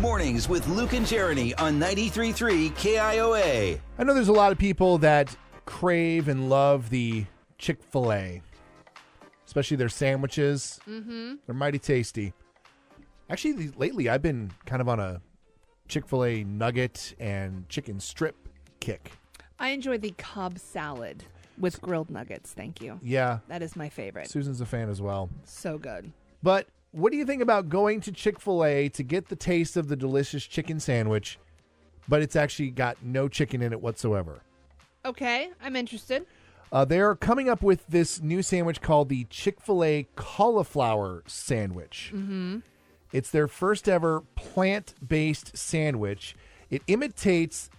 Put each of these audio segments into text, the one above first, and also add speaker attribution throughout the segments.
Speaker 1: Mornings with Luke and Jeremy on 93.3 KIOA.
Speaker 2: I know there's a lot of people that crave and love the Chick fil A, especially their sandwiches. Mm-hmm. They're mighty tasty. Actually, the- lately I've been kind of on a Chick fil A nugget and chicken strip kick.
Speaker 3: I enjoy the Cobb salad with grilled nuggets. Thank you.
Speaker 2: Yeah,
Speaker 3: That is my favorite.
Speaker 2: Susan's a fan as well.
Speaker 3: So good.
Speaker 2: But what do you think about going to Chick fil A to get the taste of the delicious chicken sandwich, but it's actually got no chicken in it whatsoever?
Speaker 3: Okay, I'm interested.
Speaker 2: Uh, they are coming up with this new sandwich called the Chick fil A cauliflower sandwich. Mm-hmm. It's their first ever plant based sandwich. It imitates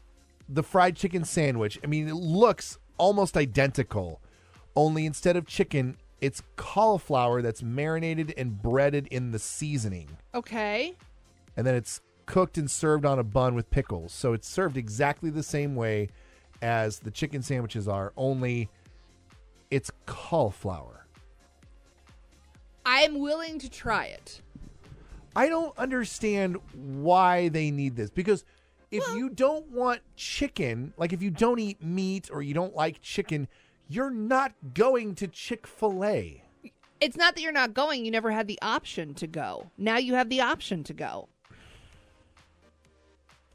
Speaker 2: the fried chicken sandwich. I mean, it looks almost identical, only instead of chicken, it's cauliflower that's marinated and breaded in the seasoning.
Speaker 3: Okay.
Speaker 2: And then it's cooked and served on a bun with pickles. So it's served exactly the same way as the chicken sandwiches are, only it's cauliflower.
Speaker 3: I'm willing to try it.
Speaker 2: I don't understand why they need this because if you don't want chicken, like if you don't eat meat or you don't like chicken, you're not going to Chick fil A.
Speaker 3: It's not that you're not going, you never had the option to go. Now you have the option to go.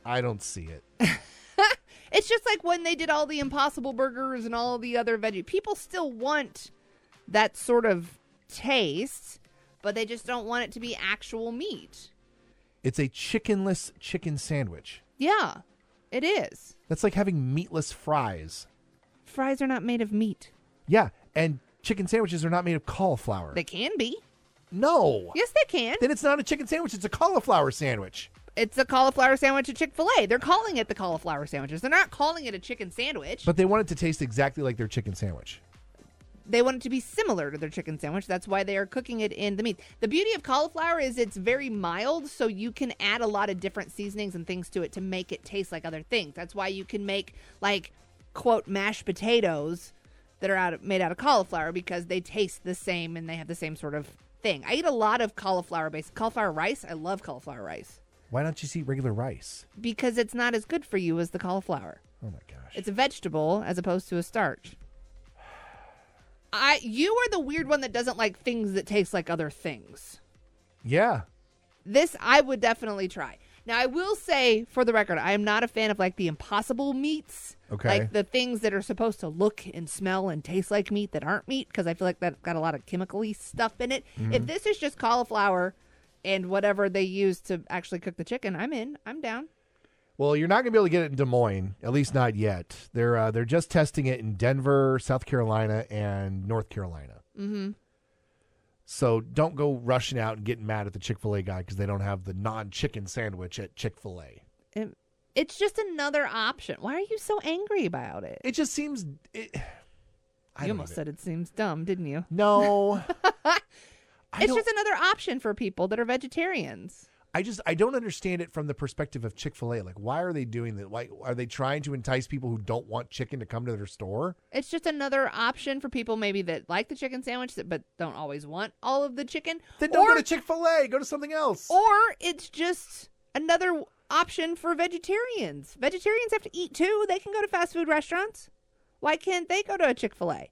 Speaker 2: I don't see it.
Speaker 3: It's just like when they did all the impossible burgers and all the other veggie. People still want that sort of taste, but they just don't want it to be actual meat.
Speaker 2: It's a chickenless chicken sandwich.
Speaker 3: Yeah, it is.
Speaker 2: That's like having meatless fries.
Speaker 3: Fries are not made of meat.
Speaker 2: Yeah, and chicken sandwiches are not made of cauliflower.
Speaker 3: They can be.
Speaker 2: no.
Speaker 3: Yes, they can.
Speaker 2: Then it's not a chicken sandwich, it's a cauliflower sandwich.
Speaker 3: It's a cauliflower sandwich at Chick fil A. They're calling it the cauliflower sandwiches. They're not calling it a chicken sandwich.
Speaker 2: But they want it to taste exactly like their chicken sandwich.
Speaker 3: they want it to be similar to their chicken sandwich. That's why they are cooking it in the meat. The beauty of cauliflower is it's very mild, so you can add a lot of different seasonings and things to it to make it taste like other things. That's why you can make like quote mashed potatoes that are out of, made out of cauliflower because they taste the same and they have the same sort of thing. I eat a lot of cauliflower based cauliflower rice. I love cauliflower rice
Speaker 2: Why don't you just eat regular rice?
Speaker 3: because it's not as good for you as the cauliflower.
Speaker 2: Oh my gosh.
Speaker 3: It's a vegetable as opposed to a starch. I you are the weird one that doesn't like things that taste like other things.
Speaker 2: Yeah.
Speaker 3: This I would definitely try. Now I will say for the record, I am not a fan of like the impossible meats.
Speaker 2: Okay.
Speaker 3: Like the things that are supposed to look and smell and taste like meat that aren't meat because I feel like that's got a lot of chemically stuff in it. If this is just cauliflower and whatever they use to actually cook the chicken, I'm in. I'm down.
Speaker 2: Well, you're not going to be able to get it in Des Moines, at least not yet. They're uh, they're just testing it in Denver, South Carolina, and North Carolina. Mm-hmm. So don't go rushing out and getting mad at the Chick Fil A guy because they don't have the non-chicken sandwich at Chick Fil A.
Speaker 3: It- it's just another option. Why are you so angry about it?
Speaker 2: It just seems. It, I
Speaker 3: you
Speaker 2: don't
Speaker 3: almost
Speaker 2: even-
Speaker 3: said it seems dumb, didn't you?
Speaker 2: no. I
Speaker 3: it's
Speaker 2: don't-
Speaker 3: just another option for people that are vegetarians.
Speaker 2: I just I don't understand it from the perspective of Chick Fil A. Like, why are they doing that? Why are they trying to entice people who don't want chicken to come to their store?
Speaker 3: It's just another option for people maybe that like the chicken sandwich that, but don't always want all of the chicken.
Speaker 2: Then don't
Speaker 3: or,
Speaker 2: go to Chick Fil A. Go to something else.
Speaker 3: or it's just another option for vegetarians. Vegetarians have to eat too. They can go to fast food restaurants. Why can't they go to a Chick fil A?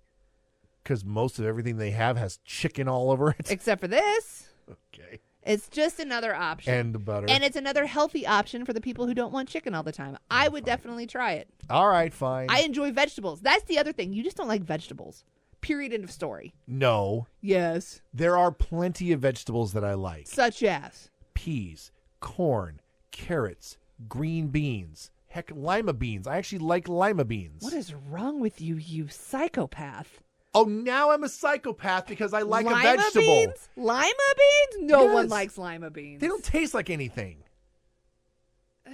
Speaker 2: Because most of everything they have has chicken all over it.
Speaker 3: Except for this.
Speaker 2: Okay.
Speaker 3: It's just another option.
Speaker 2: And the butter.
Speaker 3: And it's another healthy option for the people who don't want chicken all the time. I would definitely try it.
Speaker 2: all right, fine.
Speaker 3: I enjoy vegetables. That's the other thing. You just don't like vegetables. Period. End of story.
Speaker 2: no,
Speaker 3: Yes.
Speaker 2: there are plenty of vegetables that I like:
Speaker 3: Such as.
Speaker 2: peas, corn, carrots, green beans. Heck, lima beans. I actually like lima beans.
Speaker 3: What is wrong with you, you psychopath?
Speaker 2: oh, now I'm a psychopath because I like
Speaker 3: lima
Speaker 2: a vegetable.
Speaker 3: beans? Lima beans? No one
Speaker 2: Yes.
Speaker 3: likes lima beans.
Speaker 2: They don't taste like anything.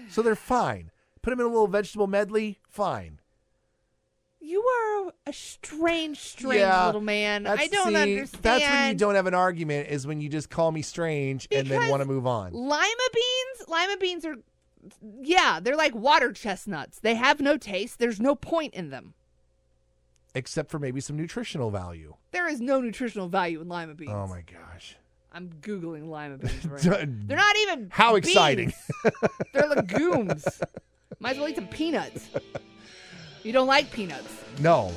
Speaker 2: So they're fine. Put them in a little vegetable medley, fine.
Speaker 3: You are a strange, strange
Speaker 2: Yeah,
Speaker 3: little man. I
Speaker 2: That's-
Speaker 3: don't
Speaker 2: see,
Speaker 3: understand.
Speaker 2: That's when you don't have an argument, is when you just call me strange and then
Speaker 3: Because
Speaker 2: want to move on.
Speaker 3: Lima beans? Lima beans are, yeah, they're like water chestnuts. They have no taste. There's no point in them.
Speaker 2: Except for maybe some nutritional value.
Speaker 3: There is no nutritional value in lima beans.
Speaker 2: Oh my gosh.
Speaker 3: I'm googling lima beans. Right now.
Speaker 2: Done.
Speaker 3: They're not even.
Speaker 2: How exciting.
Speaker 3: beans. They're legumes. Might as well eat some peanuts. You don't like peanuts,
Speaker 2: No.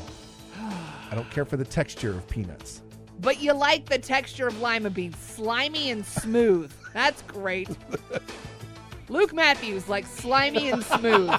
Speaker 2: I don't care for the texture of peanuts.
Speaker 3: but you like the texture of lima beans, slimy and smooth. That's great. Luke Matthews likes slimy and smooth.